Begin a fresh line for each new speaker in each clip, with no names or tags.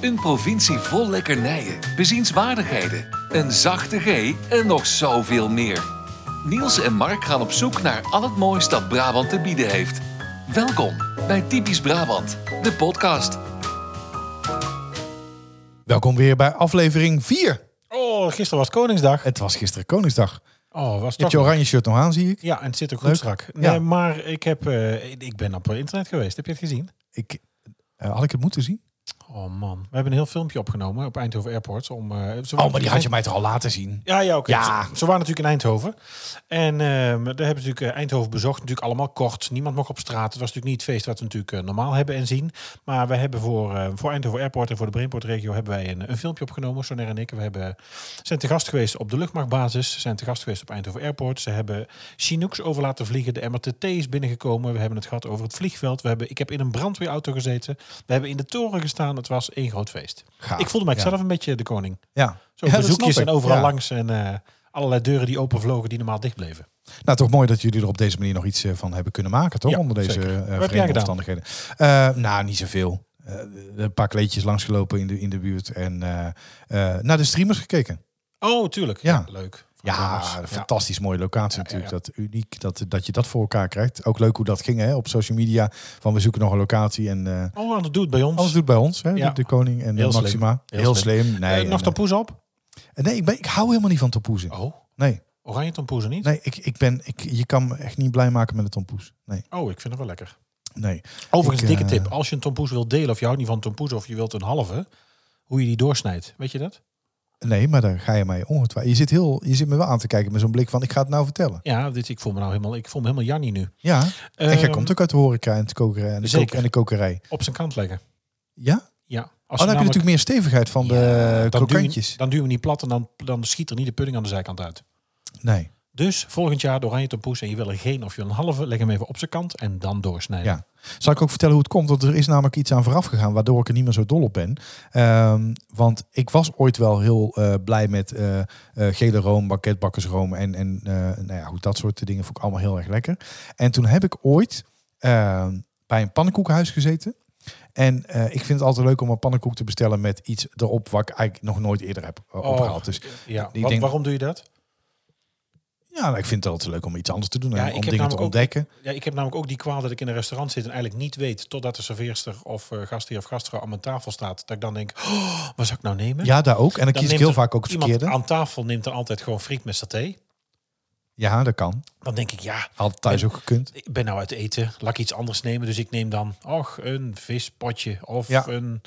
Een provincie vol lekkernijen, bezienswaardigheden, een zachte G en nog zoveel meer. Niels en Mark gaan op zoek naar al het moois dat Brabant te bieden heeft. Welkom bij Typisch Brabant, de podcast.
Welkom weer bij aflevering 4.
Oh, gisteren was Koningsdag.
Het was gisteren Koningsdag.
Oh, was
Je hebt
toch...
je oranje shirt nog aan, zie ik.
Ja, en het zit ook
Leuk.
goed strak. Nee,
Ja.
maar ik, heb, eh, ik ben op internet geweest. Heb je het gezien?
ik eh, had ik het moeten zien?
Oh man, we hebben een heel filmpje opgenomen op Eindhoven Airport. Om, eh, ze
Oh, maar die had je mij toch al laten zien?
Ja, ja, oké.
Ja.
Ze, ze waren natuurlijk in Eindhoven. En ehm, daar hebben ze natuurlijk eh, Eindhoven bezocht. Natuurlijk allemaal kort. Niemand mocht op straat. Het was natuurlijk niet het feest wat we natuurlijk eh, normaal hebben en zien. Maar we hebben voor, eh, voor Eindhoven Airport en voor de Brainport-regio... hebben wij een, een filmpje opgenomen, Soner en ik. We hebben, zijn te gast geweest op de luchtmachtbasis. Ze zijn te gast geweest op Eindhoven Airport. Ze hebben Chinooks over laten vliegen. De MRTT is binnengekomen. We hebben het gehad over het vliegveld. We hebben, ik heb in een brandweerauto gezeten. We hebben in de toren gestaan. Het was één groot feest.
Gaaf.
Ik voelde mij
Ja.
zelf een beetje de koning.
Ja.
Zo
Ja, dat
bezoekjes
snap ik.
en overal
Ja.
langs en eh, allerlei deuren die openvlogen die normaal dicht bleven.
Nou, toch mooi dat jullie er op deze manier nog iets eh, van hebben kunnen maken, toch?
Ja,
Onder deze
zeker.
eh,
Wat heb jij
vreemde
gedaan?
omstandigheden. Eh, nou, niet zoveel. Eh, een paar kleedjes langsgelopen in de, in de buurt en eh, eh, naar de streamers gekeken.
Oh, tuurlijk.
Ja.
leuk.
Ja,
Verdomme.
fantastisch mooie locatie
Ja, ja,
natuurlijk. Dat uniek dat, dat je dat voor elkaar krijgt. Ook leuk hoe dat ging hè, op social media. Van we zoeken nog een locatie en eh,
Ja. Oh, dat doet het bij ons.
alles doet bij ons. Hè, de-
Ja.
de, koning en
Heel
de
slim.
Maxima.
Heel
Heel slim.
Eh,
Nee, en,
nog
eh,
tompoes op?
nee ik, ben, ik hou helemaal niet van tompoezen.
Oh,
Nee,
oranje tompoes niet?
nee ik, ik ben, ik, je kan me echt niet blij maken met een tompoes. Nee,
Oh, ik vind het wel lekker.
nee.
Overigens,
Ik,
dikke
eh,
tip. Als je een tompoes wilt delen of je houdt niet van tompoes of je wilt een halve, hoe je die doorsnijdt. Weet je dat?
Nee, maar daar ga je mij ongetwijfeld. Je zit, heel, je zit me wel aan te kijken met zo'n blik van ik ga het nou vertellen.
Ja, dit, ik voel me nou helemaal, ik voel me helemaal Jannie nu.
Ja, en jij
Ehm,
komt ook uit de horeca en de kokerij. En de,
zeker.
kok- en de kokerij.
Op zijn kant leggen.
Ja?
Ja.
Oh,
Als
dan
je
heb je
namelijk-
natuurlijk meer stevigheid van de
Ja, dan duw je-
krokantjes.
Dan duw je hem niet plat en dan, dan schiet er niet de pudding aan de zijkant uit.
Nee.
Dus volgend jaar de oranje tompoes en je wil er geen of je wil een halve, leg hem even op zijn kant en dan doorsnijden.
Ja. Zal ik ook vertellen hoe het komt? Want er is namelijk iets aan vooraf gegaan waardoor ik er niet meer zo dol op ben. Ehm, want ik was ooit wel heel eh, blij met eh, eh, gele room, banketbakkersroom en, en eh, nou ja, goed, dat soort dingen vond ik allemaal heel erg lekker. En toen heb ik ooit ehm, bij een pannenkoekhuis gezeten. En eh, ik vind het altijd leuk om een pannenkoek te bestellen met iets erop wat ik eigenlijk nog nooit eerder heb eh,
Oh,
opgehaald. Dus
Ja,
Ik
wa-
denk-
waarom doe je dat?
ja, nou, ik vind het altijd leuk om iets anders te doen
Ja,
en
ik
om
heb
dingen te
namelijk ook-
ontdekken.
Ja, ik heb namelijk ook die kwaal dat ik in een restaurant zit en eigenlijk niet weet totdat de serveerster of eh gastheer of gastvrouw aan mijn tafel staat. Dat ik dan denk, oh, wat zou ik nou nemen?
Ja, daar ook. En dan,
Dan
kies ik
neemt
heel
er
vaak ook het
Iemand
verkeerde.
aan tafel neemt dan altijd gewoon friet met saté.
Ja, dat kan.
Dan denk ik, ja,
Had thuis
En-
ook gekund.
ik ben nou uit eten, laat ik iets anders nemen. Dus ik neem dan, och, een vispotje of
Ja.
een...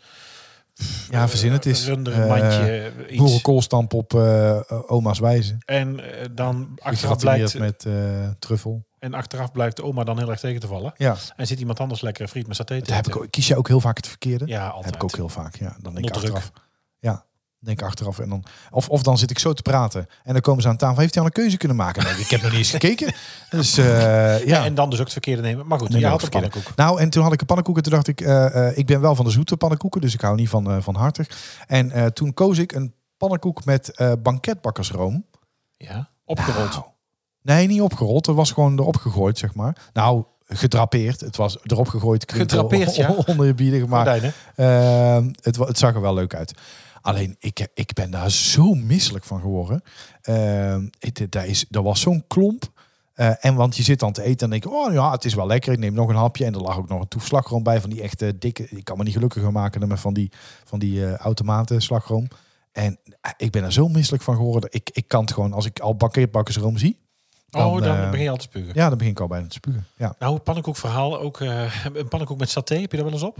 Ja, verzin het eens. Eh,
Rundermandje, Eh, iets.
Boerenkoolstamp op eh, oma's wijze.
En eh, dan achteraf
Geratineerd
blijkt,
met eh, truffel.
en achteraf blijkt de oma dan heel erg tegen te vallen.
Ja,
En zit iemand anders lekker friet met saté te
dat heb ik
eten.
ook. Kies je ook heel vaak het verkeerde?
Ja, altijd.
dat heb ik ook heel vaak. Ja, dan denk ik
Onder druk.
achteraf. Ja, denk ik achteraf. En dan, of, of dan zit ik zo te praten. En dan komen ze aan tafel. Heeft hij al een keuze kunnen maken? Nee, ik heb nog niet eens gekeken. Dus eh, ja.
Ja, En dan dus ook het verkeerde nemen. Maar goed,
Nee,
je
dat
had
ook
een
verkeerd.
pannenkoek.
Nou, en toen had ik een pannenkoek en toen dacht ik, eh, eh, ik ben wel van de zoete pannenkoeken, dus ik hou niet van, eh, van hartig. En eh, toen koos ik een pannenkoek met eh, banketbakkersroom.
Ja, opgerold.
Nou, nee, niet opgerold. Er was gewoon erop gegooid, zeg maar. Nou, gedrapeerd. Het was erop gegooid. klinkt wel
Gedrapeerd, ja.
on- Oneerbiedig, maar
Gordijnen.
ehm, het, wa- het zag er wel leuk uit. Alleen, ik, ik ben daar zo misselijk van geworden. Ehm, het- daar is, er was zo'n klomp. Eh, en want je zit dan te eten en denk je, oh ja, het is wel lekker. Ik neem nog een hapje. En er lag ook nog een toef slagroom bij van die echte dikke. Ik kan me niet gelukkiger maken dan met van die, van die eh, automaten slagroom. En eh, ik ben er zo misselijk van geworden. Ik, ik kan het gewoon, als ik al banketbakkersroom zie, Dan,
oh, dan
eh,
begin je al te spugen.
ja, dan begin ik al bijna te spugen. Ja.
Nou, een pannenkoekverhaal. Ook, eh, een pannenkoek met saté, heb je daar wel eens op?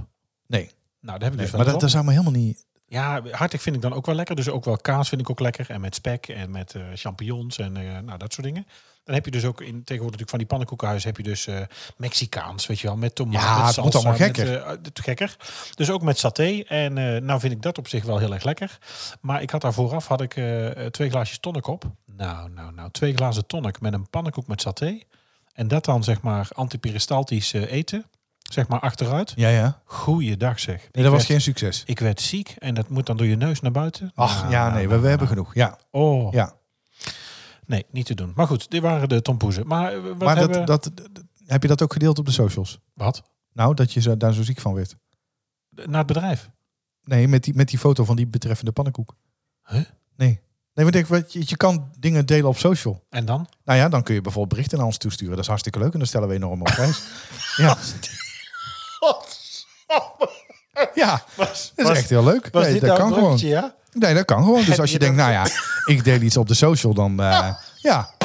Nee.
Nou, daar heb ik dus
maar dat,
wel eens
dat
op.
zou me helemaal niet...
Ja, hartig vind ik dan ook wel lekker. Dus ook wel kaas vind ik ook lekker. En met spek en met eh, champignons en eh, nou, dat soort dingen. Dan heb je dus ook in, tegenwoordig natuurlijk van die pannenkoekenhuizen heb je dus eh, Mexicaans, weet je wel, met tomaat,
Ja,
met
het
salsa,
moet allemaal
met,
gekker.
eh, het- gekker. Dus ook met saté. En eh, nou vind ik dat op zich wel heel erg lekker. Maar ik had daar vooraf had ik, eh, eh, twee glaasjes tonic op. Nou, nou, nou, twee glazen tonic met een pannenkoek met saté. En dat dan zeg maar antiperistaltisch eh, eten. Zeg maar achteruit.
Ja, ja.
Goeiedag zeg. Ik
Nee, dat was
werd-
geen succes.
ik werd ziek en dat moet dan door je neus naar buiten.
Ach,
Nou,
ja,
nou,
nee, we,
nou,
we hebben
nou.
genoeg. Ja,
Oh,
ja.
nee, niet te doen. Maar goed, dit waren de tompoezen. Maar eh, wat
maar dat,
hebben...
dat, dat- heb je dat ook gedeeld op de socials?
Wat?
Nou, dat je zo, daar zo ziek van werd.
Naar het bedrijf.
Nee, met die, met die foto van die betreffende pannenkoek.
Huh?
Nee. Nee, want ik, weet je, je kan dingen delen op social.
En dan?
Nou ja, dan kun je bijvoorbeeld berichten naar ons toesturen. Dat is hartstikke leuk en dan stellen we enorm op prijs. ja. ja,
Was,
dat is echt heel leuk.
was
Nee,
dit
dat
nou
kan
een
gewoon.
bruggetje, ja?
Nee, dat kan gewoon. Dus
Heb
als je
je
denkt, nou ja, ik deel iets op de social, dan eh, ja.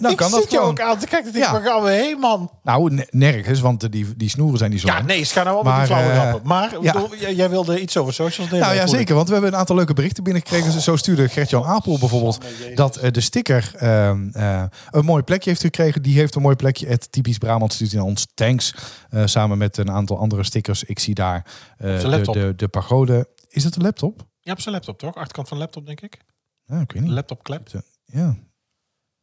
Dan kan dat
zit je
gewoon.
ook aan te kijken. Ik
Ja.
denk, waar gaan we heen, man?
Nou, ne- nergens, want eh, die, die snoeren zijn niet zo
Ja,
lang.
nee, ze gaan nou allemaal die
Maar,
flauwe
eh,
grappen. Maar ik
ja.
bedoel, jij jij wilde iets over socials delen.
Nou ja,
voel Oh. ik.
zeker. Want we hebben een aantal leuke berichten binnengekregen. Zo stuurde Gert-Jan Apel bijvoorbeeld dat eh, de sticker ehm, eh, een mooi plekje heeft gekregen. Die heeft een mooi plekje. Het typisch Brabant stuurt in ons tanks. eh, samen met een aantal andere stickers. Ik zie daar eh,
zijn
de,
laptop.
de, de pagode. Is dat een laptop?
Ja, op zijn laptop, toch? Achterkant van laptop, denk ik.
Ja, ik weet niet.
Laptop klep.
Ja.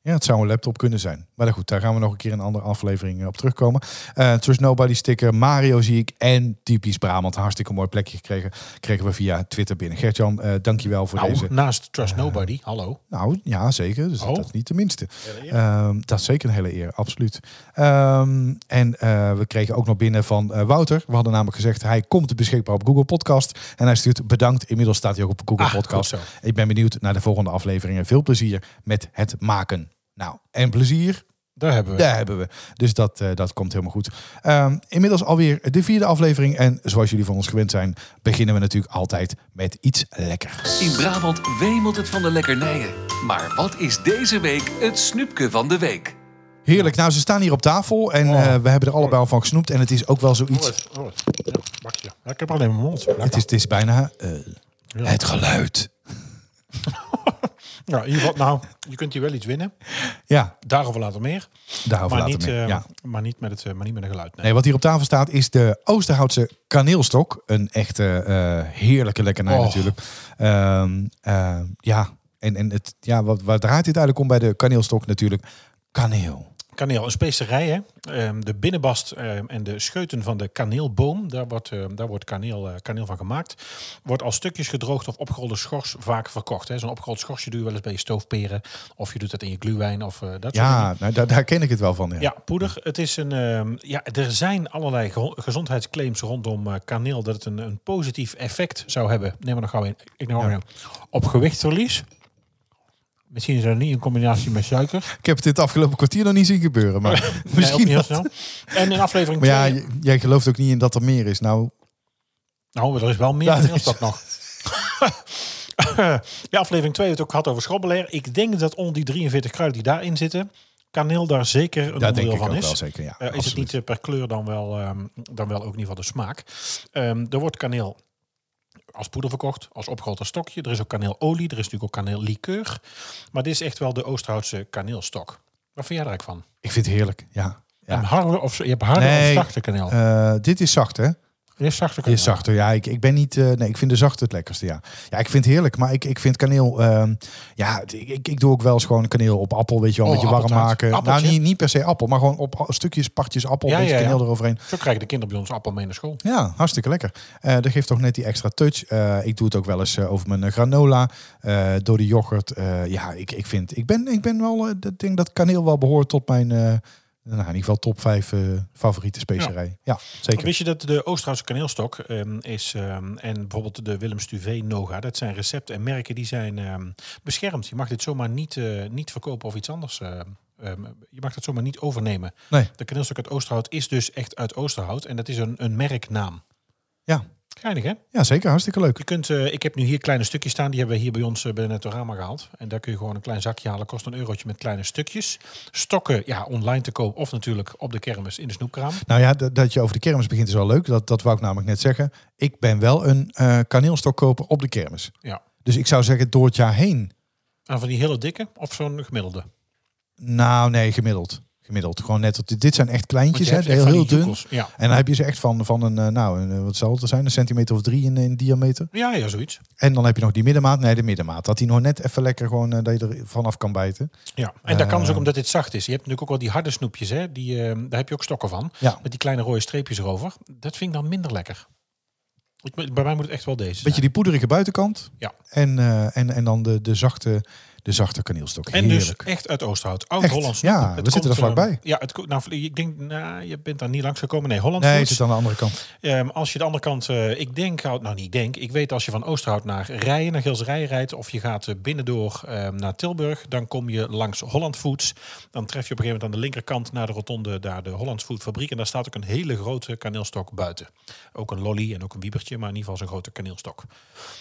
Ja, het zou een laptop kunnen zijn. Maar goed, daar gaan we nog een keer in een andere aflevering eh, op terugkomen. Eh Trust Nobody sticker, Mario zie ik en typisch Brabant. Hartstikke mooi plekje gekregen. Kregen we via Twitter binnen. Gertjan, eh dankjewel voor deze.
Nou, naast Trust Nobody. Hallo.
Nou, ja, zeker. Dus
Oh.
dat is niet de minste. Ehm, dat is zeker een hele eer, absoluut. Ehm, en eh, we kregen ook nog binnen van eh, Wouter. We hadden namelijk gezegd, hij komt beschikbaar op Google Podcast. En hij stuurt bedankt. Inmiddels staat hij ook op Google
Ah,
Podcast.
goed
Ik ben benieuwd naar de volgende afleveringen. Veel plezier met het maken. Nou, en plezier
Daar hebben we.
daar hebben we. Dus dat, eh, dat komt helemaal goed. Ehm, inmiddels alweer de vierde aflevering. En zoals jullie van ons gewend zijn, beginnen we natuurlijk altijd met iets lekkers.
In Brabant wemelt het van de lekkernijen. Maar wat is deze week het snoepje van de week?
Heerlijk. Nou, ze staan hier op tafel en
Oh.
eh, we hebben er allebei al van gesnoept. En het is ook wel zoiets.
Hoor het, hoor het. Ja, bakje. Ja, ik heb alleen mijn mond. Lekker.
Het is, het is bijna eh, het geluid.
Ja, in ieder geval, nou, je kunt hier wel iets winnen.
Ja,
Daarover later meer.
daarover
Maar
later
niet,
meer.
eh,
ja.
maar niet met het eh, maar niet met een geluid. Nee.
Nee, wat hier op tafel staat is de Oosterhoutse kaneelstok. Een echte eh, heerlijke lekkernij
Oh.
natuurlijk. Ehm, ehm, ja, en, en het, ja, wat, waar draait dit eigenlijk om bij de kaneelstok natuurlijk? Kaneel.
Kaneel, een specerij. Hè? Ehm, de binnenbast ehm, en de scheuten van de kaneelboom, daar wordt, ehm, daar wordt kaneel, eh, kaneel van gemaakt. Wordt als stukjes gedroogd of opgerolde schors vaak verkocht. hè. Zo'n opgerold schorsje doe je wel eens bij je stoofperen. Of je doet dat in je gluwijn of eh, dat soort dingen.
Ja, nou, daar, daar ken ik het wel van. Ja.
Ja, poeder. Het is een, ehm, ja, er zijn allerlei geho- gezondheidsclaims rondom eh, kaneel dat het een, een positief effect zou hebben. Neem maar nog gauw in. Ik neem maar nog een. Op gewichtsverlies. Misschien is dat niet in combinatie met suiker.
Ik heb het dit afgelopen kwartier nog niet zien gebeuren. Maar
Nee, ook niet
misschien.
heel
dat-
snel. En in aflevering
maar ja,
twee-
j- jij gelooft ook niet in dat er meer is. Nou,
Nou, er is wel meer
Ja,
dan
er is-
dat nog. ja, aflevering 2 heeft het ook gehad over schrobbelair. Ik denk dat onder die 43 kruiden die daarin zitten, kaneel daar zeker
daar
een
denk
onderdeel
ik ook
van
wel
is.
zeker. Ja,
Eh, is het
absoluut.
niet eh, per kleur dan wel, ehm, dan wel ook in ieder geval de smaak. Ehm, er wordt kaneel als poeder verkocht, als opgerold als stokje. Er is ook kaneelolie, er is natuurlijk ook kaneellikeur. Maar dit is echt wel de Oosterhoutse kaneelstok. Wat vind jij daar eigenlijk van?
Ik vind het heerlijk. Ja. Ja.
En harde of, je hebt harde
Nee.
of zachte kaneel?
Eh, dit is zacht, hè?
Dit is zachte kaneel.
Is zachter, ja. Ik, ik ben niet. eh, nee, ik vind de zachte het lekkerste, ja. Ja, ik vind het heerlijk, maar ik, ik vind kaneel. ehm, ja, ik, ik- ik doe ook wel eens gewoon kaneel op appel, weet je wel, een
Oh,
beetje warm
appeltaart.
maken.
Appeltje?
Nou, niet, niet per se appel, maar gewoon op a- stukjes, partjes appel,
Ja,
een beetje
ja, ja.
kaneel eroverheen.
Zo krijgen de kinderen bij ons appel mee naar school.
Ja, hartstikke lekker. Eh, dat geeft toch net die extra touch. Eh, ik doe het ook wel eens eh, over mijn eh, granola, eh, door de yoghurt. Eh, ja, ik, ik vind, ik ben, ik ben wel, eh, dat denk dat kaneel wel behoort tot mijn, eh, nou, in ieder geval top 5 favoriete specerij. Ja, zeker.
Wist je dat de Oosterhoutse kaneelstok ehm, is ehm, en bijvoorbeeld de Willem Stuvé Noga, dat zijn recepten en merken die zijn ehm, beschermd. Je mag dit zomaar niet, eh, niet verkopen of iets anders. eh, ehm, je mag dat zomaar niet overnemen.
Nee.
De kaneelstok uit Oosterhout is dus echt uit Oosterhout en dat is een, een merknaam.
Ja.
Geinig hè?
Ja, zeker. Hartstikke leuk.
Je kunt, eh, ik heb nu hier kleine stukjes staan. Die hebben we hier bij ons eh, bij de Netorama gehaald. En daar kun je gewoon een klein zakje halen. Kost een eurotje met kleine stukjes. Stokken, ja, online te koop. Of natuurlijk op de kermis in de snoepkraam.
Nou ja, dat dat je over de kermis begint is wel leuk. Dat, dat wou ik namelijk net zeggen. Ik ben wel een eh kaneelstokkoper op de kermis.
Ja.
Dus ik zou zeggen door het jaar heen.
Aan van die hele dikke of zo'n gemiddelde?
Nou nee, gemiddeld. Gemiddeld. Gewoon net. tot- Dit zijn echt kleintjes, hè?
hebt echt
heel,
van
heel
die
dun.
joekels. Ja.
En dan heb je ze echt van, van een, eh, nou, een, eh, wat zal het er zijn? Een centimeter of drie in, in diameter.
ja, ja, zoiets.
En dan heb je nog die middenmaat. Nee, de middenmaat. Dat die nog net even lekker gewoon, eh, dat je er vanaf kan bijten.
Ja. En dat kan
Eh.
dus ook omdat dit zacht is. Je hebt natuurlijk ook wel die harde snoepjes, hè? Die, eh, daar heb je ook stokken van.
Ja.
Met die kleine rode streepjes erover. Dat vind ik dan minder lekker. Ik, moet- bij mij moet het echt wel deze
Beetje
zijn.
die poederige buitenkant.
Ja.
En, eh, en, en dan de, de zachte, de zachte kaneelstok.
En dus
Heerlijk.
echt uit Oosterhout. Oud
Echt,
Hollands.
ja, we zitten er vlakbij.
ja, het, ko- nou, ik denk, nou, je bent daar niet langs gekomen. Nee, Hollands.
nee,
Foods.
het zit aan de andere kant.
Ehm, als je de andere kant, eh, ik denk, houd- nou niet ik denk, ik weet als je van Oosterhout naar Rijen, naar Gilsrijen rijdt, of je gaat eh, binnendoor ehm, naar Tilburg, dan kom je langs Holland Foods. Dan tref je op een gegeven moment aan de linkerkant naar de rotonde daar de Holland Food fabriek. En daar staat ook een hele grote kaneelstok buiten. Ook een lolly en ook een wiebertje, maar in ieder geval zo'n grote kaneelstok.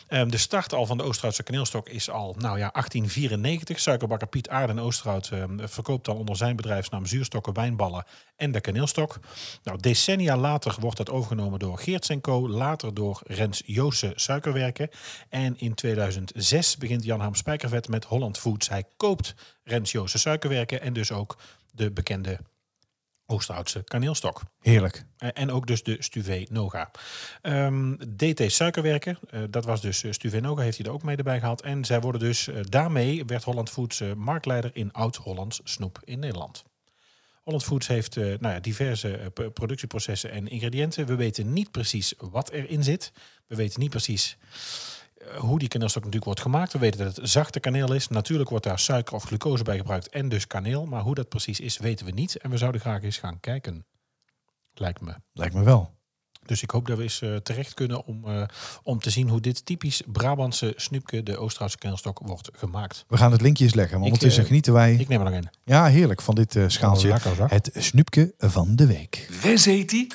Ehm, de start al van de Oosterhoutse kaneelstok is al, nou ja, 1894. Suikerbakker Piet Aarden Oosterhout ehm, verkoopt dan onder zijn bedrijfsnaam zuurstokken, wijnballen en de kaneelstok. Nou, decennia later wordt dat overgenomen door Geerts en Co. Later door Rens Joosse Suikerwerken. En in 2006 begint Jan Harm Spijkervet met Holland Foods. Hij koopt Rens Joosse Suikerwerken en dus ook de bekende Oosterhoutse kaneelstok.
Heerlijk.
Eh, En ook dus de Stuve Noga. Ehm, DT Suikerwerken, eh, dat was dus eh, Stuve Noga, heeft hij er ook mee erbij gehaald. En zij worden dus, eh, daarmee werd Holland Foods eh, marktleider in oud-Hollands snoep in Nederland. Holland Foods heeft eh, nou ja, diverse eh, p- productieprocessen en ingrediënten. We weten niet precies wat erin zit. We weten niet precies eh, hoe die kaneelstok natuurlijk wordt gemaakt. We weten dat het zachte kaneel is. Natuurlijk wordt daar suiker of glucose bij gebruikt en dus kaneel. Maar hoe dat precies is, weten we niet. En we zouden graag eens gaan kijken, lijkt me.
Lijkt me wel.
Dus ik hoop dat we eens eh, terecht kunnen om, eh, om te zien hoe dit typisch Brabantse snoepje, de Oosterhoutse kennelstok, wordt gemaakt.
We gaan het linkje eens leggen. Maar
Ik,
ondertussen
eh,
genieten wij.
Ik neem er nog een.
ja, heerlijk van dit eh, schaaltje.
lekker, zeg.
het snoepje van de week.
Wes heet die?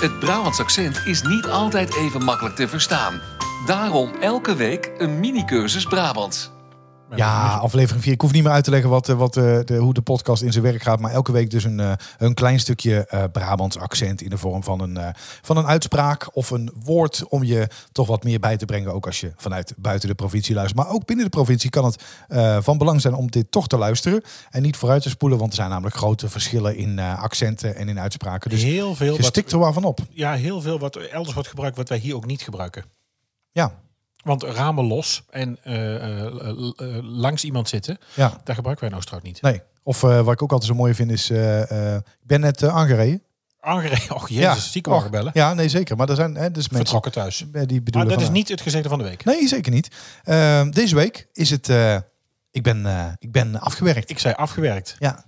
Het Brabants accent is niet altijd even makkelijk te verstaan. Daarom elke week een mini-cursus Brabants.
Ja, aflevering 4. Ik hoef niet meer uit te leggen wat, eh, wat, eh, de, hoe de podcast in zijn werk gaat. Maar elke week dus een, eh, een klein stukje eh Brabants accent in de vorm van een, eh, van een uitspraak of een woord. Om je toch wat meer bij te brengen. Ook als je vanuit buiten de provincie luistert. Maar ook binnen de provincie kan het eh, van belang zijn om dit toch te luisteren. En niet vooruit te spoelen. Want er zijn namelijk grote verschillen in eh, accenten en in uitspraken. Dus
Heel veel,
je
wat,
stikt er waarvan op.
ja, heel veel wat elders wordt gebruikt, wat wij hier ook niet gebruiken.
Ja,
Want ramen los en eh, eh, l- eh, langs iemand zitten,
ja.
daar gebruiken wij in Oosterhout niet.
Nee. Of eh, wat ik ook altijd zo mooi vind is... eh, eh, ik ben net eh, aangereden.
Aangereden, och jezus,
ja.
ziekenwagen
Och,
bellen.
Ja, nee, zeker. Maar er zijn hè, dus mensen
Vertrokken thuis.
eh, die bedoelen...
Maar dat
van,
is
eh,
niet het gezegde van de week.
Nee, zeker niet. Ehm, deze week is het... eh, ik, ben, eh, ik ben afgewerkt.
Ik zei afgewerkt.
Ja.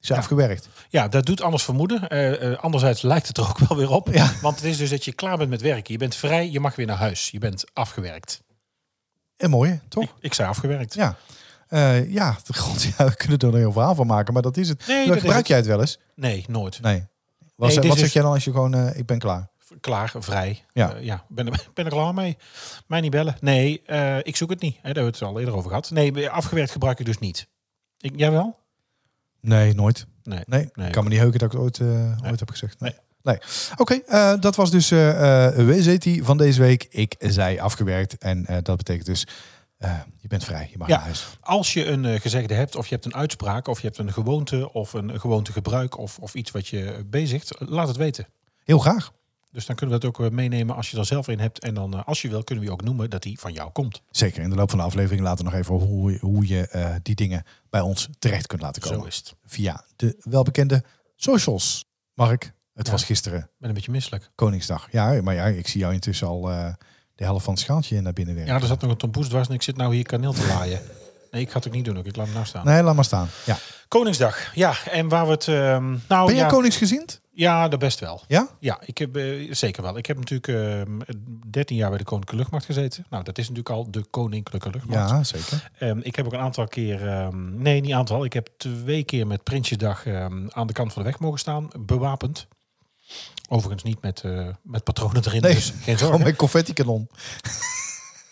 Ik ben
Ja.
afgewerkt.
Ja, dat doet anders vermoeden. Eh, eh, anderzijds lijkt het er ook wel weer op.
Ja.
Want het is dus dat je klaar bent met werken. Je bent vrij, je mag weer naar huis. Je bent afgewerkt.
En mooi, toch?
Ik, ik zei afgewerkt.
Ja. Eh, ja, god, ja, we kunnen er nog een heel verhaal van maken, maar dat is het.
Nee,
Dan
dat is
gebruik
het.
jij het wel eens?
Nee, nooit.
Nee.
Nee,
Was,
dit
wat
is
zeg
dus-
jij dan als je gewoon, eh, ik ben klaar?
Klaar, vrij.
Ja.
Eh, ja. Ben, er- ben er klaar mee. Mij niet bellen. Nee, eh, ik zoek het niet. Hè, daar hebben we het al eerder over gehad. Nee, afgewerkt gebruik ik dus niet. Ik, jij wel?
Nee, nooit.
Nee.
Nee,
Nee.
ik kan me niet heuken dat ik het ooit, eh, ooit heb gezegd. Nee.
Nee.
nee. Oké, eh, dat was dus eh eh, WZT van deze week. Ik zei afgewerkt en eh, dat betekent dus, eh, je bent vrij, je mag
Ja.
naar huis.
Als je een eh, gezegde hebt, of je hebt een uitspraak, of je hebt een gewoonte, of een gewoontegebruik, of, of iets wat je bezigt, laat het weten.
Heel graag.
Dus dan kunnen we dat ook eh, meenemen als je er zelf een hebt. En dan, eh, als je wil, kunnen we je ook noemen dat die van jou komt.
Zeker, in de loop van de aflevering laten we nog even hoe, hoe je eh, die dingen bij ons terecht kunt laten
Zo
komen.
is het.
Via de welbekende socials. Mark, het
Ja.
was gisteren
Ik ben een beetje misselijk.
Koningsdag. Ja, maar ja, ik zie jou intussen al eh, de helft van het schaaltje naar binnen werken.
Ja, er zat nog een tompoes dwars en ik zit nou hier kaneel te laaien. Nee, ik ga het ook niet doen. Ook. Ik laat hem nou staan.
Nee, laat maar staan. Ja.
Koningsdag. Ja, en waar we het... ehm, nou,
ben jij
Oh, ja,
koningsgezind?
ja, dat best wel.
Ja?
Ja, ik heb eh, zeker wel. Ik heb natuurlijk ehm 13 jaar bij de Koninklijke Luchtmacht gezeten. Nou, dat is natuurlijk al de Koninklijke Luchtmacht.
Ja, zeker.
Ehm, ik heb ook een aantal keer, ehm, nee, niet aantal. Ik heb twee keer met Prinsjesdag ehm, aan de kant van de weg mogen staan, bewapend. Overigens niet met, eh, met patronen erin,
Nee,
dus geen
Gewoon
zorgen.
mijn confetti-kanon.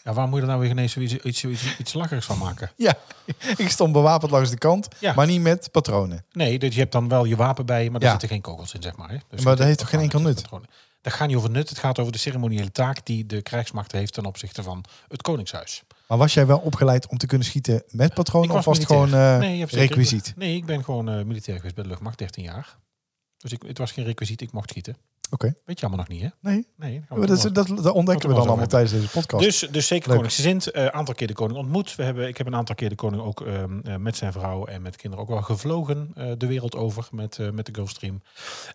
Ja, waar moet je er nou weer ineens zoiets, iets, iets, iets lakkerigs van maken?
Ja, ik stond bewapend langs de kant,
Ja.
maar niet met patronen.
Nee, dus je hebt dan wel je wapen bij je, maar daar
Ja.
zitten geen kogels in, zeg maar. Hè? Dus
Maar dat
is
heeft toch geen
gewoon
enkel
met
nut?
patronen. Dat gaat niet over nut, het gaat over de ceremoniële taak die de krijgsmacht heeft ten opzichte van het Koningshuis.
Maar was jij wel opgeleid om te kunnen schieten met patronen of was het gewoon
militair.
eh,
je hebt zeker-
requisiet?
Nee, ik ben gewoon eh, militair geweest bij de luchtmacht, 13 jaar. Dus ik, het was geen requisiet, ik mocht schieten. Weet je allemaal nog niet, hè?
Nee,
Nee, daar gaan we
maar dat,
door.
dat, dat, ontdekken we dan
Wat we
allemaal
zo
tijdens deze podcast.
Dus, dus zeker
Leuk.
Koningsgezind. Een aantal keer de koning ontmoet. We hebben, ik heb een aantal keer de koning ook ehm, eh, met zijn vrouw en met kinderen ook wel gevlogen eh, de wereld over met, eh, met de Gulfstream.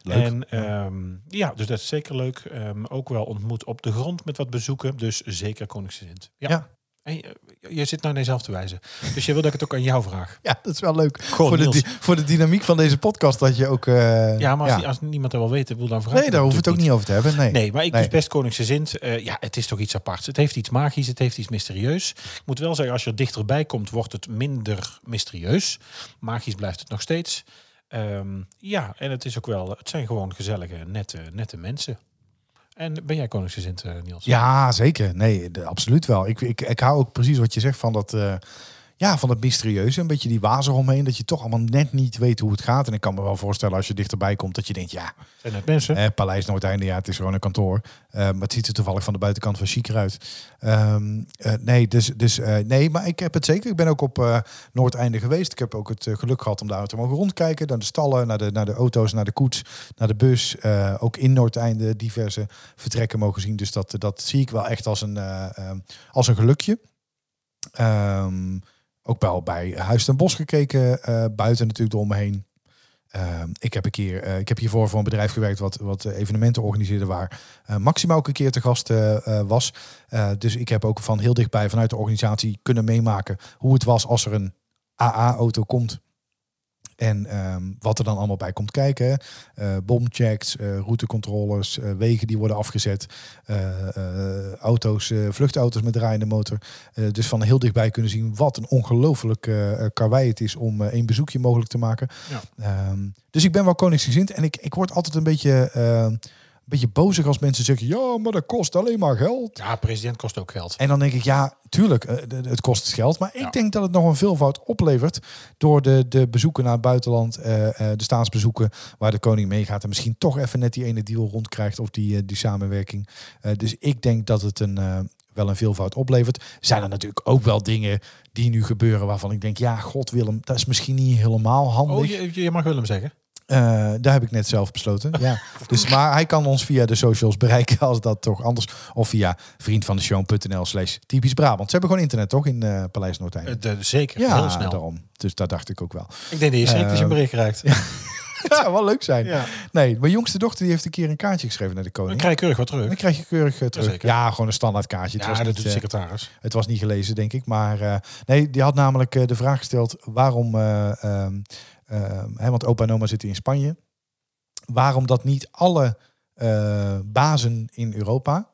Leuk.
En ehm, ja, dus dat is zeker leuk. Ehm, ook wel ontmoet op de grond met wat bezoeken. Dus zeker Koningsgezind. Ja.
Ja.
En je, je zit nou jezelf te wijzen. Dus je wil dat ik het ook aan jou vraag.
ja, dat is wel leuk.
Goh,
voor, de,
Niels.
di- voor de dynamiek van deze podcast dat je ook... eh,
Ja, maar als, die- als niemand dat wel weet, ik bedoel, dan vraag
Nee,
ik
daar hoeven we het ook
natuurlijk
niet over te hebben. Nee.
Nee, maar ik
Nee.
dus best Koningsgezind. Eh ja, het is toch iets aparts. Het heeft iets magisch, het heeft iets mysterieus. Ik moet wel zeggen, als je er dichterbij komt, wordt het minder mysterieus. Magisch blijft het nog steeds. Ehm, ja, en het is ook wel, het zijn gewoon gezellige, nette, nette mensen. En ben jij Koningsgezind, eh, Niels?
Ja, zeker. Nee, de- absoluut wel. Ik, ik, ik hou ook precies wat je zegt van dat... eh, ja, van het mysterieuze. Een beetje die waas eromheen. Dat je toch allemaal net niet weet hoe het gaat. En ik kan me wel voorstellen als je dichterbij komt dat je denkt... Ja,
Zijn het mensen?
Eh, Paleis Noordeinde, ja, het is gewoon een kantoor. Eh, maar het ziet er toevallig van de buitenkant van chiquer uit. Ehm, eh, nee, dus, dus, eh, nee, maar ik heb het zeker. Ik ben ook op eh, Noordeinde geweest. Ik heb ook het eh, geluk gehad om daar te mogen rondkijken. Naar de stallen, naar de, naar de auto's, naar de koets, naar de bus. Eh, ook in Noordeinde diverse vertrekken mogen zien. Dus dat, dat zie ik wel echt als een, eh, ehm, als een gelukje. Ehm, ook wel bij Huis ten Bos gekeken, eh, buiten natuurlijk eromheen. Ehm, ik, heb een keer, eh, ik heb hiervoor voor een bedrijf gewerkt wat, wat eh, evenementen organiseerde waar eh Maxima ook een keer te gast eh, eh, was. Eh, dus ik heb ook van heel dichtbij vanuit de organisatie kunnen meemaken hoe het was als er een AA-auto komt. En ehm, wat er dan allemaal bij komt kijken. hè. Eh, bomchecks, eh, routecontroles, eh, wegen die worden afgezet. eh, eh, auto's, eh, vluchtauto's met draaiende motor. Eh, dus van heel dichtbij kunnen zien wat een ongelooflijk eh eh, karwei het is om eh een bezoekje mogelijk te maken. Ehm, dus ik ben wel koningsgezind en ik, ik word altijd een beetje, ehm, een beetje bozig als mensen zeggen: ja, maar dat kost alleen maar geld.
Ja, president kost ook geld.
En dan denk ik, ja, tuurlijk, eh, d- d- het kost geld. Maar ik
Ja.
denk dat het nog een veelvoud oplevert door de, de bezoeken naar het buitenland, eh, eh, de staatsbezoeken waar de koning meegaat. En misschien toch even net die ene deal rondkrijgt of die, eh, die samenwerking. Eh, dus ik denk dat het een, eh, wel een veelvoud oplevert. Zijn er natuurlijk ook wel dingen die nu gebeuren waarvan ik denk, ja, god Willem, dat is misschien niet helemaal handig.
Oh, je, je mag Willem zeggen.
Eh, daar heb ik net zelf besloten. Ja. dus, maar hij kan ons via de socials bereiken als dat toch anders. Of via vriendvandeshow.nl slash typisch Brabant. Ze hebben gewoon internet toch in eh Paleis Noordeinde?
Eh, de- zeker,
ja,
heel snel.
daarom. Dus daar dacht ik ook wel.
Ik denk dat je schrikt als je een
Ehm,
bericht krijgt.
Het zou wel leuk zijn.
Ja.
Nee, mijn jongste dochter die heeft een keer een kaartje geschreven naar de koning.
Dan krijg je keurig wat
En
terug.
dan krijg je keurig eh, terug.
Jazeker.
ja, gewoon een standaard kaartje. Het,
Ja,
was
dat
niet,
doet de
eh,
secretaris.
het was niet gelezen, denk ik. Maar eh, nee, die had namelijk eh, de vraag gesteld waarom, eh, ehm, ehm, hè, want opa en oma zitten in Spanje, waarom dat niet alle eh, bazen in Europa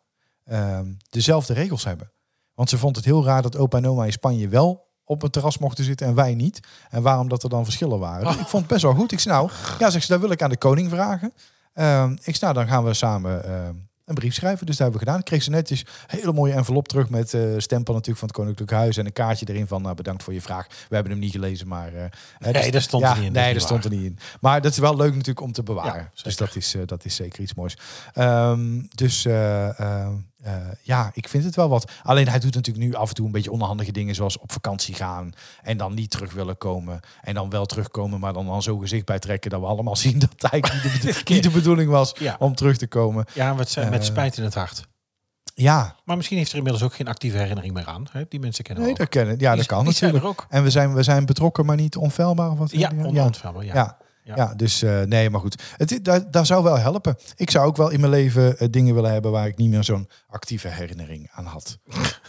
ehm, dezelfde regels hebben. Want ze vond het heel raar dat opa en oma in Spanje wel op een terras mochten zitten en wij niet. En waarom dat er dan verschillen waren.
Ah.
Dus ik vond het best wel goed. Ik zei nou, ja, zeg ze, dat wil ik aan de koning vragen. Ehm, ik zei nou, dan gaan we samen ehm, een brief schrijven. Dus dat hebben we gedaan. Ik kreeg ze netjes een hele mooie envelop terug met eh, stempel natuurlijk van het Koninklijk Huis. En een kaartje erin van, nou, bedankt voor je vraag. We hebben hem niet gelezen, maar... eh, hè,
Nee,
dus-
daar stond er
ja,
niet in, dat
Nee,
is
daar
niet
stond er niet in. Maar dat is wel leuk natuurlijk om te bewaren.
Ja,
dus
zeker.
dat is, eh, dat is zeker iets moois. Ehm, dus eh, eh, eh, ja, ik vind het wel wat. Alleen hij doet natuurlijk nu af en toe een beetje onhandige dingen, zoals op vakantie gaan en dan niet terug willen komen. En dan wel terugkomen, maar dan, dan zo gezicht bij trekken dat we allemaal zien dat het eigenlijk niet de, bedo- niet de bedoeling was
Ja.
om terug te komen.
Ja, wat, zijn- met
eh,
spijt in het hart.
Ja,
Maar misschien heeft er inmiddels ook geen actieve herinnering meer aan. Hè? Die mensen kennen we
nee,
ook.
dat, kennen, ja,
Die
dat
z-
kan
die zijn
natuurlijk.
er ook.
En we zijn, we zijn betrokken, maar niet onfeilbaar of wat?
Ja,
Ja.
onontvangen. Ja.
Ja.
Ja.
Ja. dus eh, nee, maar goed. Het, i- daar, daar zou wel helpen. Ik zou ook wel in mijn leven eh, dingen willen hebben waar ik niet meer zo'n actieve herinnering aan had.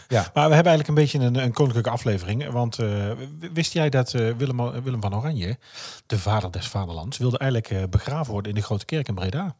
ja.
Maar we hebben eigenlijk een beetje een, een koninklijke aflevering. Want eh, w- wist jij dat eh, Willem, Willem van Oranje, de vader des vaderlands, wilde eigenlijk eh, begraven worden in de Grote Kerk in Breda?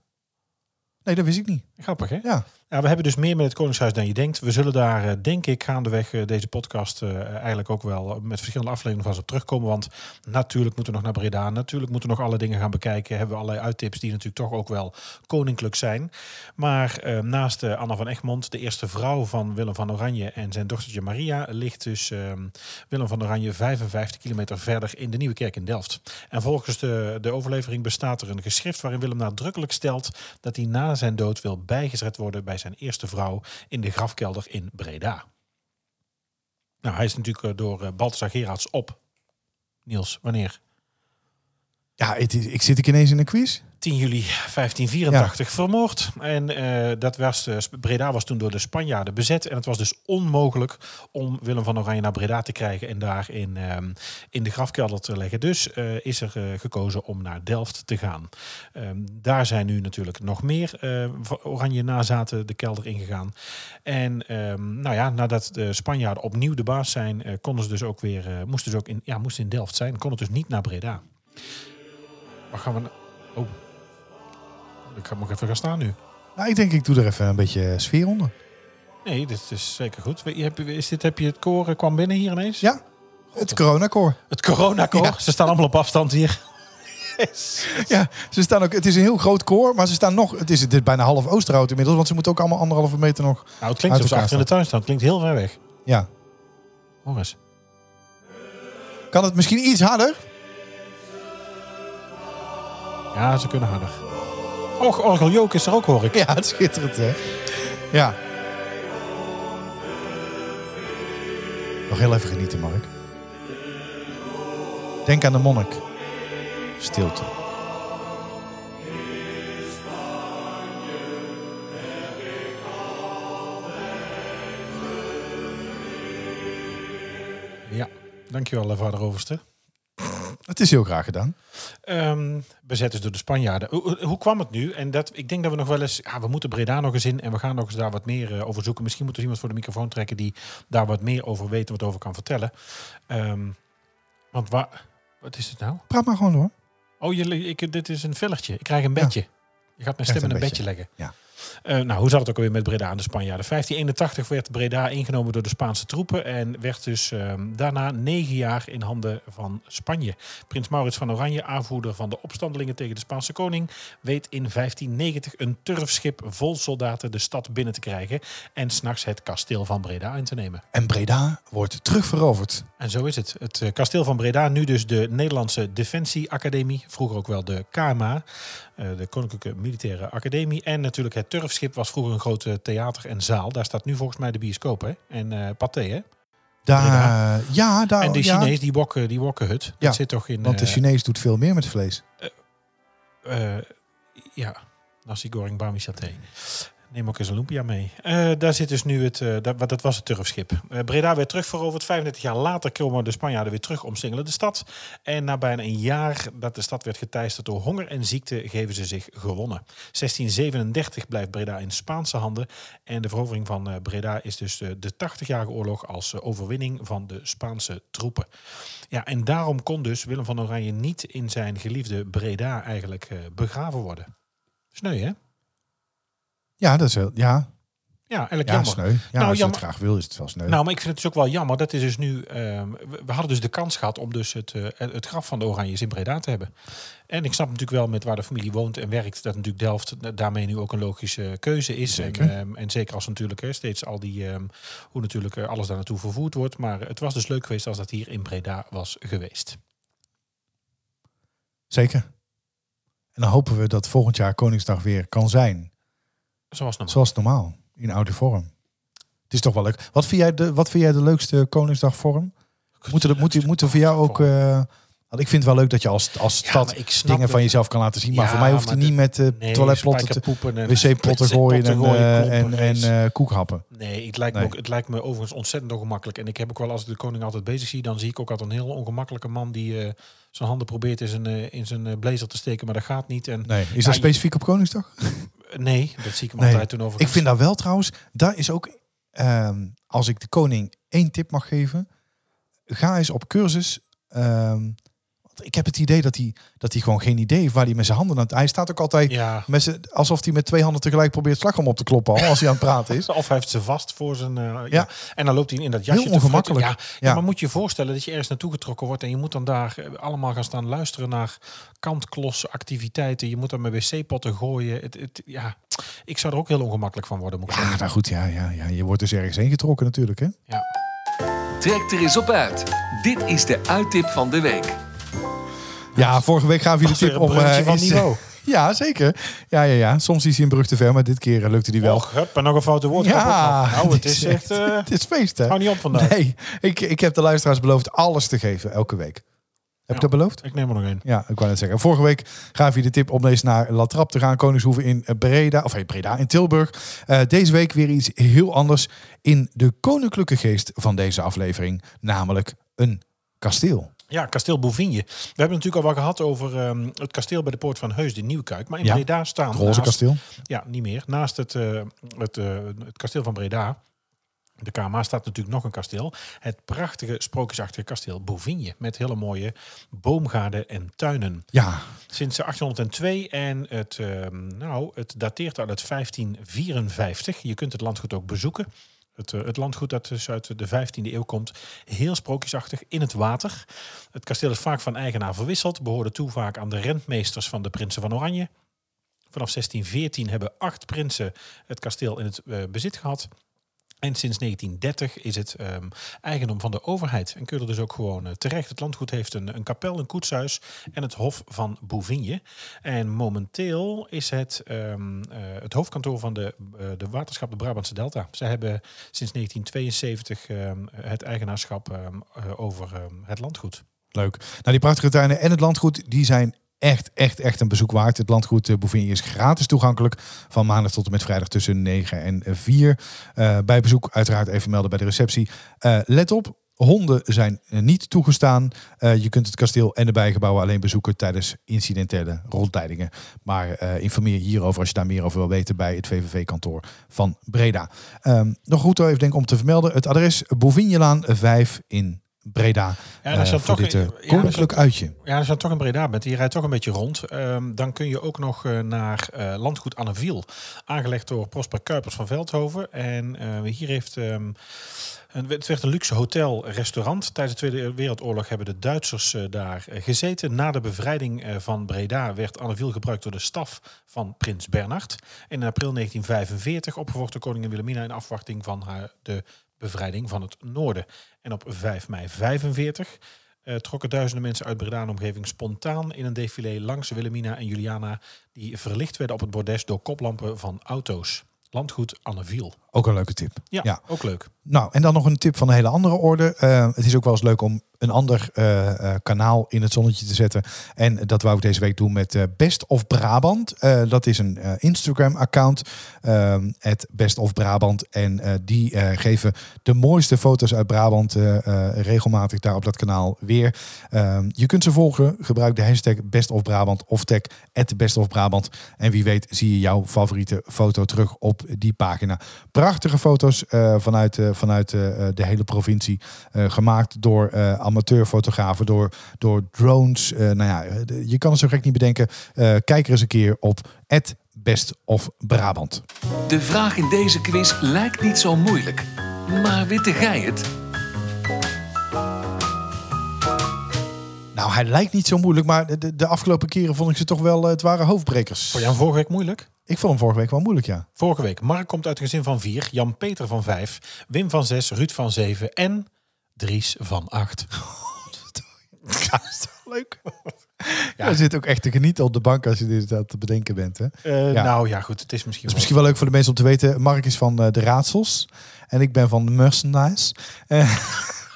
Nee, dat wist ik niet.
Grappig, hè?
Ja.
Ja, we hebben dus meer met het Koningshuis dan je denkt. We zullen daar, eh, denk ik, gaandeweg eh, deze podcast eh, eigenlijk ook wel met verschillende afleveringen vast op terugkomen. Want natuurlijk moeten we nog naar Breda. Natuurlijk moeten we nog alle dingen gaan bekijken. Hebben we allerlei uittips die natuurlijk toch ook wel koninklijk zijn. Maar eh, naast eh, Anna van Egmond, de eerste vrouw van Willem van Oranje en zijn dochtertje Maria, ligt dus ehm, Willem van Oranje 55 kilometer verder in de Nieuwe Kerk in Delft. En volgens de, de overlevering bestaat er een geschrift waarin Willem nadrukkelijk stelt dat hij na zijn dood wil bijgezet worden bij zijn eerste vrouw in de grafkelder in Breda. Nou, hij is natuurlijk eh, door eh, Balthasar Gerards op. Niels, wanneer?
Ja, het is, ik zit ik ineens in een quiz?
10 juli 1584 vermoord. En eh, dat was, eh, Sp- Breda was toen door de Spanjaarden bezet. En het was dus onmogelijk om Willem van Oranje naar Breda te krijgen en daar in, ehm, in de grafkelder te leggen. Dus eh, is er eh, gekozen om naar Delft te gaan. Ehm, daar zijn nu natuurlijk nog meer eh, van Oranje nazaten de kelder ingegaan. En ehm, nou ja, nadat de Spanjaarden opnieuw de baas zijn, eh, konden ze dus ook weer, eh, moesten ze ook in, ja, moesten in Delft zijn, konden dus niet naar Breda. Waar gaan we? na- Oh. Ik ga maar even gaan staan nu.
Nou, ik denk ik doe er even een beetje eh, sfeer onder.
Nee, dit is zeker goed. We- Heb je, is dit, heb je het koren kwam binnen hier ineens?
Ja, het coronakoor.
Het coronakoor.
Ja.
Ze staan allemaal op afstand hier. Yes.
Ja, ze staan ook, het is een heel groot koor, maar ze staan nog, het is, dit is bijna half Oosterhout inmiddels, want ze moeten ook allemaal anderhalve meter nog.
Nou, het klinkt alsof ze
elkaar
achter in de tuin staan. Het klinkt heel ver weg.
Ja.
Hoor eens.
Kan het misschien iets harder?
Ja, ze kunnen harder. Och, Orgel Jook is er ook, hoor ik.
Ja, het schitterend hè. Ja. Nog heel even genieten, Mark. Denk aan de monnik. Stilte.
Ja. Dankjewel, eh, vader Overste.
Het is heel graag gedaan.
Ehm, bezet is door de Spanjaarden. Hoe- Hoe, hoe kwam het nu? En dat, ik denk dat we nog wel eens... Ja, we moeten Breda nog eens in en we gaan nog eens daar wat meer eh, over zoeken. Misschien moeten we iemand voor de microfoon trekken die daar wat meer over weet en wat over kan vertellen. Ehm, want waar... Wat is het nou?
Praat maar gewoon door.
Oh, jullie, ik, dit is een fillertje. Ik krijg een bedje. Je gaat mijn stem in
een
een
bedje.
bedje, leggen.
Ja.
Eh, nou, hoe zat het ook alweer met Breda en de Spanjaarden? 1581 werd Breda ingenomen door de Spaanse troepen en werd dus ehm, daarna negen jaar in handen van Spanje. Prins Maurits van Oranje, aanvoerder van de opstandelingen tegen de Spaanse koning, weet in 1590 een turfschip vol soldaten de stad binnen te krijgen en s'nachts het kasteel van Breda in te nemen.
En Breda wordt terugveroverd.
En zo is het. Het eh, kasteel van Breda, nu dus de Nederlandse Defensieacademie, vroeger ook wel de KMA, eh, de Koninklijke Militaire Academie. En natuurlijk het Turfschip was vroeger een grote theater en zaal. Daar staat nu volgens mij de bioscoop hè? en eh Pathé. Hè?
Daar, eh, ja, daar.
en de
Nou, ja,
Chinees, die wokken, die wokkenhut, dat
Ja,
zit toch in...
Want de
eh,
Chinees doet veel meer met vlees.
eh, ja, nasi goreng bami saté. Neem ook eens een lumpia mee. Eh, daar zit dus nu het, eh, dat, wat- dat was het turfschip. Eh, Breda werd terugveroverd. 35 jaar later komen de Spanjaarden weer terug omsingelen de stad. En na bijna een jaar dat de stad werd geteisterd door honger en ziekte, geven ze zich gewonnen. 1637 blijft Breda in Spaanse handen. En de verovering van eh, Breda is dus eh, de 80-jarige oorlog als eh, overwinning van de Spaanse troepen. Ja, en daarom kon dus Willem van Oranje niet in zijn geliefde Breda eigenlijk eh, begraven worden. Sneu, hè?
Ja, dat is wel. Ja,
Ja, eigenlijk
ja
jammer. Nou,
sneu. Ja, als je
jammer.
het graag wil, is het wel sneu.
Nou, maar ik vind het dus ook wel jammer. Dat is dus nu. ehm, we we hadden dus de kans gehad om dus het, eh, het graf van de Oranjes in Breda te hebben. En ik snap natuurlijk wel met waar de familie woont en werkt, dat natuurlijk Delft eh, daarmee nu ook een logische keuze is.
Zeker.
En, ehm, en zeker als natuurlijk hè, steeds al die ehm, hoe natuurlijk eh, alles daar naartoe vervoerd wordt. Maar het was dus leuk geweest als dat hier in Breda was geweest.
Zeker. En dan hopen we dat volgend jaar Koningsdag weer kan zijn.
Zoals normaal.
Zoals normaal. In oude vorm. Het is toch wel leuk. Wat vind jij de, wat vind jij de leukste Koningsdagvorm? Moeten, er- moet, moeten voor jou ook... eh, want ik vind het wel leuk dat je als, als
Ja,
stad
maar ik snap
dingen
het.
van jezelf kan laten zien. Maar
Ja,
voor mij hoeft
maar
het niet
de-
met eh
Nee,
toiletplotten, te-
spijkerpoepen en
wc-potten gooien en, eh,
klompen,
en, en
race.
eh, koekhappen.
Nee, het lijkt,
Nee.
Me ook, het lijkt me overigens ontzettend ongemakkelijk. En ik heb ook wel, als ik de koning altijd bezig zie, dan zie ik ook altijd een heel ongemakkelijke man die eh, zijn handen probeert in zijn, eh, in zijn eh, blazer te steken, maar dat gaat niet. En
Nee, is
Ja,
dat
Nou, je-
specifiek op Koningsdag?
nee, dat zie ik hem
Nee,
altijd toen over.
Ik vind dat wel trouwens, daar is ook, ehm, als ik de koning één tip mag geven, ga eens op cursus. ehm, want ik heb het idee dat hij, dat hij gewoon geen idee heeft waar hij met zijn handen aan Hij staat ook altijd
ja.
met zijn, alsof hij met twee handen tegelijk probeert slagroom op te kloppen al, als hij aan het praten is.
Of hij heeft ze vast voor zijn. eh, ja.
Ja.
En dan loopt hij in dat jasje.
Heel
te frutten.
ongemakkelijk.
Ja. Ja.
Ja.
maar moet je je voorstellen dat je ergens naartoe getrokken wordt en je moet dan daar eh, allemaal gaan staan luisteren naar kantklossen, activiteiten. Je moet dan met wc-potten gooien. Het, het, ja. Ik zou er ook heel ongemakkelijk van worden, moet ik
Ja,
zeggen.
nou goed, ja, ja, ja, je wordt dus ergens heen getrokken natuurlijk. Hè?
Ja.
Trek er eens op uit. Dit is de uittip van de week.
Ja, vorige week gaven jullie de
weer
tip
een
om...
bruggetje
eh,
van
is-
niveau.
Ja, zeker. Ja, ja, ja. Soms is hij een brug te ver, maar dit keer eh, lukte die wel.
Och, hup, en nog een foute woord.
Ja,
nou, het is echt. eh,
het is feest, hè?
hou niet op vandaag.
Nee, ik, ik heb de luisteraars beloofd alles te geven elke week. Heb je dat beloofd?
Ik neem er nog één.
Ja, ik wou net zeggen. Vorige week gaf je de tip om eens naar La Trappe te gaan. Koningshoeven in eh, Breda, of hey, Breda in Tilburg. Eh, deze week weer iets heel anders in de koninklijke geest van deze aflevering. Namelijk een kasteel.
Ja, kasteel Bouvigne. We hebben het natuurlijk al wel gehad over ehm, het kasteel bij de poort van Heusden, Nieuwkuik. Maar in
Ja.
Breda staan
Het roze
naast-
kasteel.
Ja, niet meer. Naast het, eh, het, eh, het kasteel van Breda, de KMA, staat natuurlijk nog een kasteel. Het prachtige sprookjesachtige kasteel Bouvigne. Met hele mooie boomgaarden en tuinen.
Ja,
Sinds 1802 en het, ehm, nou, het dateert uit het 1554. Je kunt het landgoed ook bezoeken. Het, eh, het landgoed dat dus uit de 15e eeuw komt, heel sprookjesachtig, in het water. Het kasteel is vaak van eigenaar verwisseld, behoorde toe vaak aan de rentmeesters van de prinsen van Oranje. Vanaf 1614 hebben acht prinsen het kasteel in het eh, bezit gehad. En sinds 1930 is het ehm, eigendom van de overheid. En kun je er dus ook gewoon eh, terecht. Het landgoed heeft een, een kapel, een koetshuis en het hof van Bouvigne. En momenteel is het ehm, eh, het hoofdkantoor van de, eh, de waterschap de Brabantse Delta. Zij hebben sinds 1972 ehm, het eigenaarschap ehm, eh, over ehm, het landgoed.
Leuk. Nou, die prachtige tuinen en het landgoed, die zijn echt, echt, echt een bezoek waard. Het landgoed eh, Bouvigne is gratis toegankelijk van maandag tot en met vrijdag tussen 9 en eh, 4. Eh, bij bezoek uiteraard even melden bij de receptie. Eh, let op, honden zijn eh, niet toegestaan. Eh, je kunt het kasteel en de bijgebouwen alleen bezoeken tijdens incidentele rondleidingen. Maar eh, informeer je hierover als je daar meer over wil weten bij het VVV-kantoor van Breda. Ehm, nog goed even denk ik om te vermelden. Het adres Bouvinjelaan 5 in Breda.
Ja,
Ja,
en als je dan
voor
toch-
dit eh,
ja, als je
koninklijk uitje.
Ja, als je dan toch in Breda bent en je rijdt toch een beetje rond, ehm, dan kun je ook nog eh, naar eh, landgoed Anneviel. Aangelegd door Prosper Kuipers van Veldhoven. En eh, hier heeft... ehm, een, het werd een luxe hotel-restaurant. Tijdens de Tweede Wereldoorlog hebben de Duitsers eh, daar eh, gezeten. Na de bevrijding eh, van Breda werd Anneviel gebruikt door de staf van prins Bernhard. En in april 1945 opgevolgd door koningin Wilhelmina in afwachting van haar, de bevrijding van het noorden. En op 5 mei 45 eh, trokken duizenden mensen uit Breda en omgeving spontaan in een défilé langs Wilhelmina en Juliana, die verlicht werden op het bordes door koplampen van auto's. Landgoed Anneviel.
Ook een leuke tip.
Ja,
Ja.
ook leuk.
Nou, en dan nog een tip van een hele andere orde. Eh, het is ook wel eens leuk om een ander eh, eh, kanaal in het zonnetje te zetten. En dat wou ik deze week doen met eh, Best of Brabant. Eh, dat is een eh, Instagram-account, ehm, het Best of Brabant. En eh, die eh, geven de mooiste foto's uit Brabant eh, eh, regelmatig daar op dat kanaal weer. Ehm, je kunt ze volgen. Gebruik de hashtag Best of Brabant of tag at Best of Brabant. En wie weet zie je jouw favoriete foto terug op die pagina. Prachtige foto's eh, vanuit, eh, vanuit eh, eh, de hele provincie. eh, gemaakt door eh, amateurfotografen, door, door drones. Eh, nou ja, eh, de- je kan het zo gek niet bedenken. Eh, kijk er eens een keer op at Best of Brabant.
De vraag in deze quiz lijkt niet zo moeilijk. Maar witte gij het?
Nou, hij lijkt niet zo moeilijk, maar de- de, de afgelopen keren vond ik ze toch wel, eh, het waren hoofdbrekers.
Vond je hem vorige week moeilijk?
Ik vond hem vorige week wel moeilijk, ja.
Vorige week. Mark komt uit een gezin van vier. Jan-Peter van vijf. Wim van zes. Ruud van zeven. En Dries van acht.
Leuk. Ja. Je zit ook echt te genieten op de bank als je dit aan te bedenken bent. Hè? Het
Eh,
Ja.
Nou ja, goed. Het is misschien
is
wel...
misschien wel leuk voor de mensen om te weten. Mark is van eh, de Raadsels. En ik ben van de Merchandise.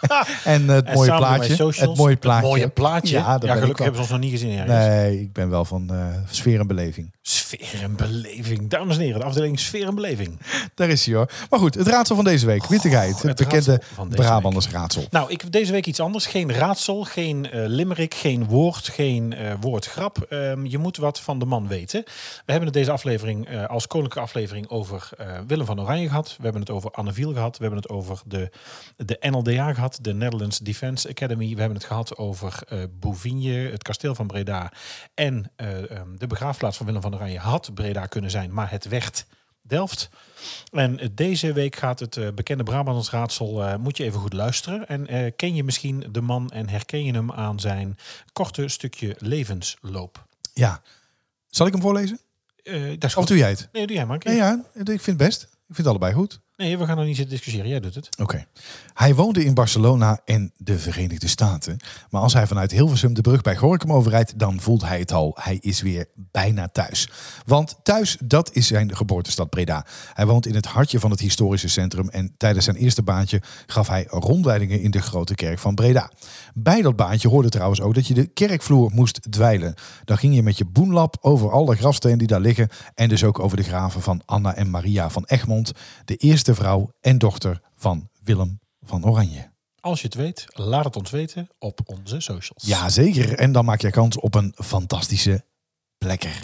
Eh, en het
En
mooie
samen doen wij
plaatje.
socials.
Het mooie plaatje.
mooie plaatje.
Ja,
Ja,
dat ben ik
gelukkig
wel.
hebben ze ons nog niet gezien ergens.
Nee, ik ben wel van eh, sfeer en beleving.
Sfeer en beleving. Dames en heren, de afdeling sfeer en beleving.
Daar is hij hoor. Maar goed, het raadsel van deze week. Wittigheid. Het,
Oh, het
bekende
raadsel van deze
Brabanders raadsel.
Nou, ik heb deze week iets anders. Geen raadsel, geen eh limerick, geen woord, geen eh, woordgrap. Ehm, je moet wat van de man weten. We hebben het deze aflevering eh, als koninklijke aflevering over eh, Willem van Oranje gehad. We hebben het over Anne Viel gehad. We hebben het over de, de NLDA gehad, de Netherlands Defence Academy. We hebben het gehad over eh Bouvigne, het kasteel van Breda. En eh, ehm, de begraafplaats van Willem van Oranje had Breda kunnen zijn, maar het werd Delft. En eh, deze week gaat het eh, bekende Brabants raadsel. eh, moet je even goed luisteren. En eh, ken je misschien de man en herken je hem aan zijn korte stukje levensloop?
Ja. Zal ik hem voorlezen?
Eh dat is
Of
goed.
doe jij het?
Nee, doe jij maar. een keer.
Nee, ja, ik vind het best. Ik vind het allebei goed.
Nee, we gaan er niet zitten discussiëren. Jij doet het.
Oké. Hij woonde in Barcelona en de Verenigde Staten. Maar als hij vanuit Hilversum de brug bij Gorkum overrijdt, dan voelt hij het al. Hij is weer bijna thuis. Want thuis, dat is zijn geboortestad Breda. Hij woont in het hartje van het historische centrum en tijdens zijn eerste baantje gaf hij rondleidingen in de grote kerk van Breda. Bij dat baantje hoorde trouwens ook dat je de kerkvloer moest dweilen. Dan ging je met je boenlap over alle grafstenen die daar liggen en dus ook over de graven van Anna en Maria van Egmond, de eerste vrouw en dochter van Willem van Oranje.
Als je het weet, laat het ons weten op onze socials.
Jazeker, en dan maak je kans op een fantastische plekker.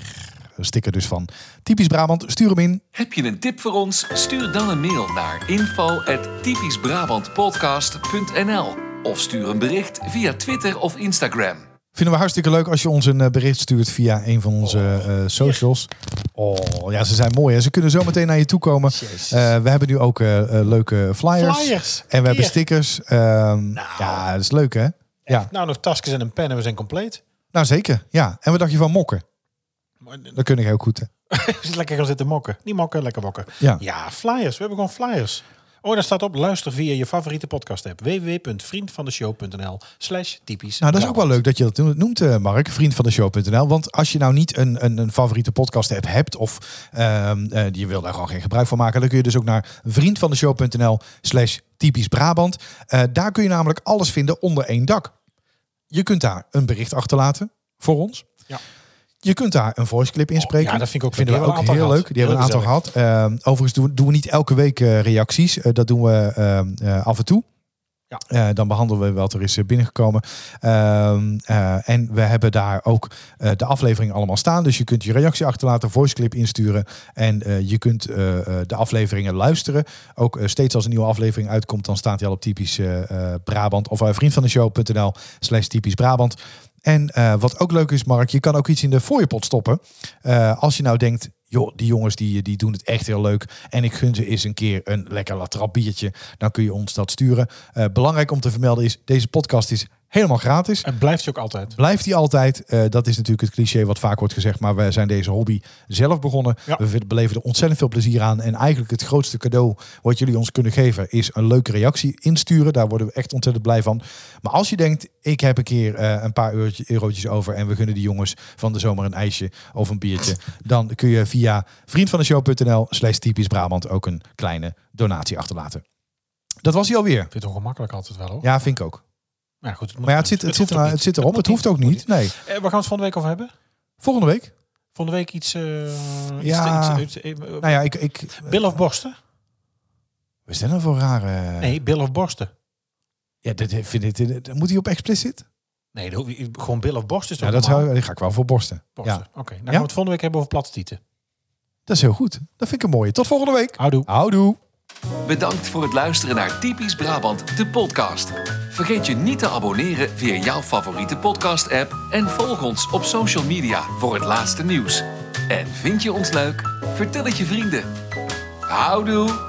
Een sticker dus van Typisch Brabant, stuur hem in.
Heb je een tip voor ons? Stuur dan een mail naar info@typischbrabantpodcast.nl of stuur een bericht via Twitter of Instagram.
Vinden we hartstikke leuk als je ons een eh, bericht stuurt via een van onze eh, socials. Oh, ja, ze zijn mooi. Hè? Ze kunnen zo meteen naar je toe komen.
Jezus.
Eh, we hebben nu ook eh, eh, leuke flyers.
Flyers.
En we hebben
Hier.
stickers. Ehm, Ja, dat is leuk hè? Ja,
Nou, nog tasjes en een pen en we zijn compleet.
nou zeker. Ja. En wat dacht je van mokken?
Maar-
Dat kun ik heel goed. Hè?
Is lekker gaan zitten mokken. Niet mokken, lekker mokken.
Ja.
flyers. We hebben gewoon flyers. Oh, daar staat op. Luister via je favoriete podcast app. www.vriendvandeshow.nl slash typisch
Nou, dat is ook wel leuk dat je dat no- noemt, eh, Mark. Vriend van de show.nl. Want als je nou niet een, een, een favoriete podcast app hebt of ehm, eh, je wil daar gewoon geen gebruik van maken, dan kun je dus ook naar vriendvandeshow.nl slash typisch Brabant. Eh, daar kun je namelijk alles vinden onder één dak. Je kunt daar een bericht achterlaten voor ons.
Ja. Oh,
Je kunt daar een voice clip inspreken.
ja, dat vind ik ook
Vinden
leuk.
we
Die
ook
hebben
heel
een
leuk.
aantal
Die hebben een
gehad.
aantal gehad. Ehm, overigens doen, doen we niet elke week eh, reacties. Eh, dat doen we ehm, eh, af en toe.
Ja.
Eh, dan behandelen we wat er is eh, binnengekomen. Ehm, eh, en we hebben daar ook eh, de aflevering allemaal staan. Dus je kunt je reactie achterlaten, voice clip insturen. En eh, je kunt eh, eh, de afleveringen luisteren. Ook eh, steeds als een nieuwe aflevering uitkomt, dan staat hij al op typisch eh, eh, Brabant. Of uh, vriendvandeshow.nl slash typisch Brabant. En eh, wat ook leuk is, Mark, je kan ook iets in de fooiepot stoppen. Eh, als je nou denkt, joh, die jongens die, die doen het echt heel leuk. En ik gun ze eens een keer een lekker latrap biertje. Dan kun je ons dat sturen. Eh, belangrijk om te vermelden is, deze podcast is helemaal gratis.
Het blijft je ook altijd.
Blijft die altijd. Eh, dat is natuurlijk het cliché wat vaak wordt gezegd. Maar wij zijn deze hobby zelf begonnen.
Ja.
We vind- beleven er ontzettend veel plezier aan. En eigenlijk het grootste cadeau wat jullie ons kunnen geven... is een leuke reactie insturen. Daar worden we echt ontzettend blij van. Maar als je denkt, ik heb een keer eh, een paar eurotje- eurotjes over... en we gunnen die jongens van de zomer een ijsje of een biertje... dan kun je via vriendvandeshow.nl slash typisch Brabant... ook een kleine donatie achterlaten. Dat was hij alweer.
Ik vind het ongemakkelijk altijd wel hoor.
Ja, vind ik ook.
Maar, goed, het moet
Maar ja, het zit, het zit,
hoeft ook
er, het
niet.
zit erop. Het
moet
hoeft ook
het moet
niet. Nee.
Eh, waar gaan we het volgende week over hebben?
Volgende week.
Volgende week iets... eh
Ja.
Iets, iets- iets- eh,
Nou ja, ik... ik
billen of borsten?
Wat is dit nou voor rare...
Nee, billen of borsten.
Ja, dit, dit- vind ik, dit- dit- moet hij op explicit?
Nee, dat hoef je- gewoon billen of borsten is toch
Ja, dat
normaal?
zou, die ga ik wel voor borsten.
Borsten.
Ja,
Oké, dan gaan we het volgende week hebben over platte tieten.
dat is heel goed. Dat vind ik een mooie. Tot volgende week.
Houdoe.
Houdoe.
Bedankt voor het luisteren naar Typisch Brabant, de podcast. Vergeet je niet te abonneren via jouw favoriete podcast-app en volg ons op social media voor het laatste nieuws. En vind je ons leuk? Vertel het je vrienden. Houdoe!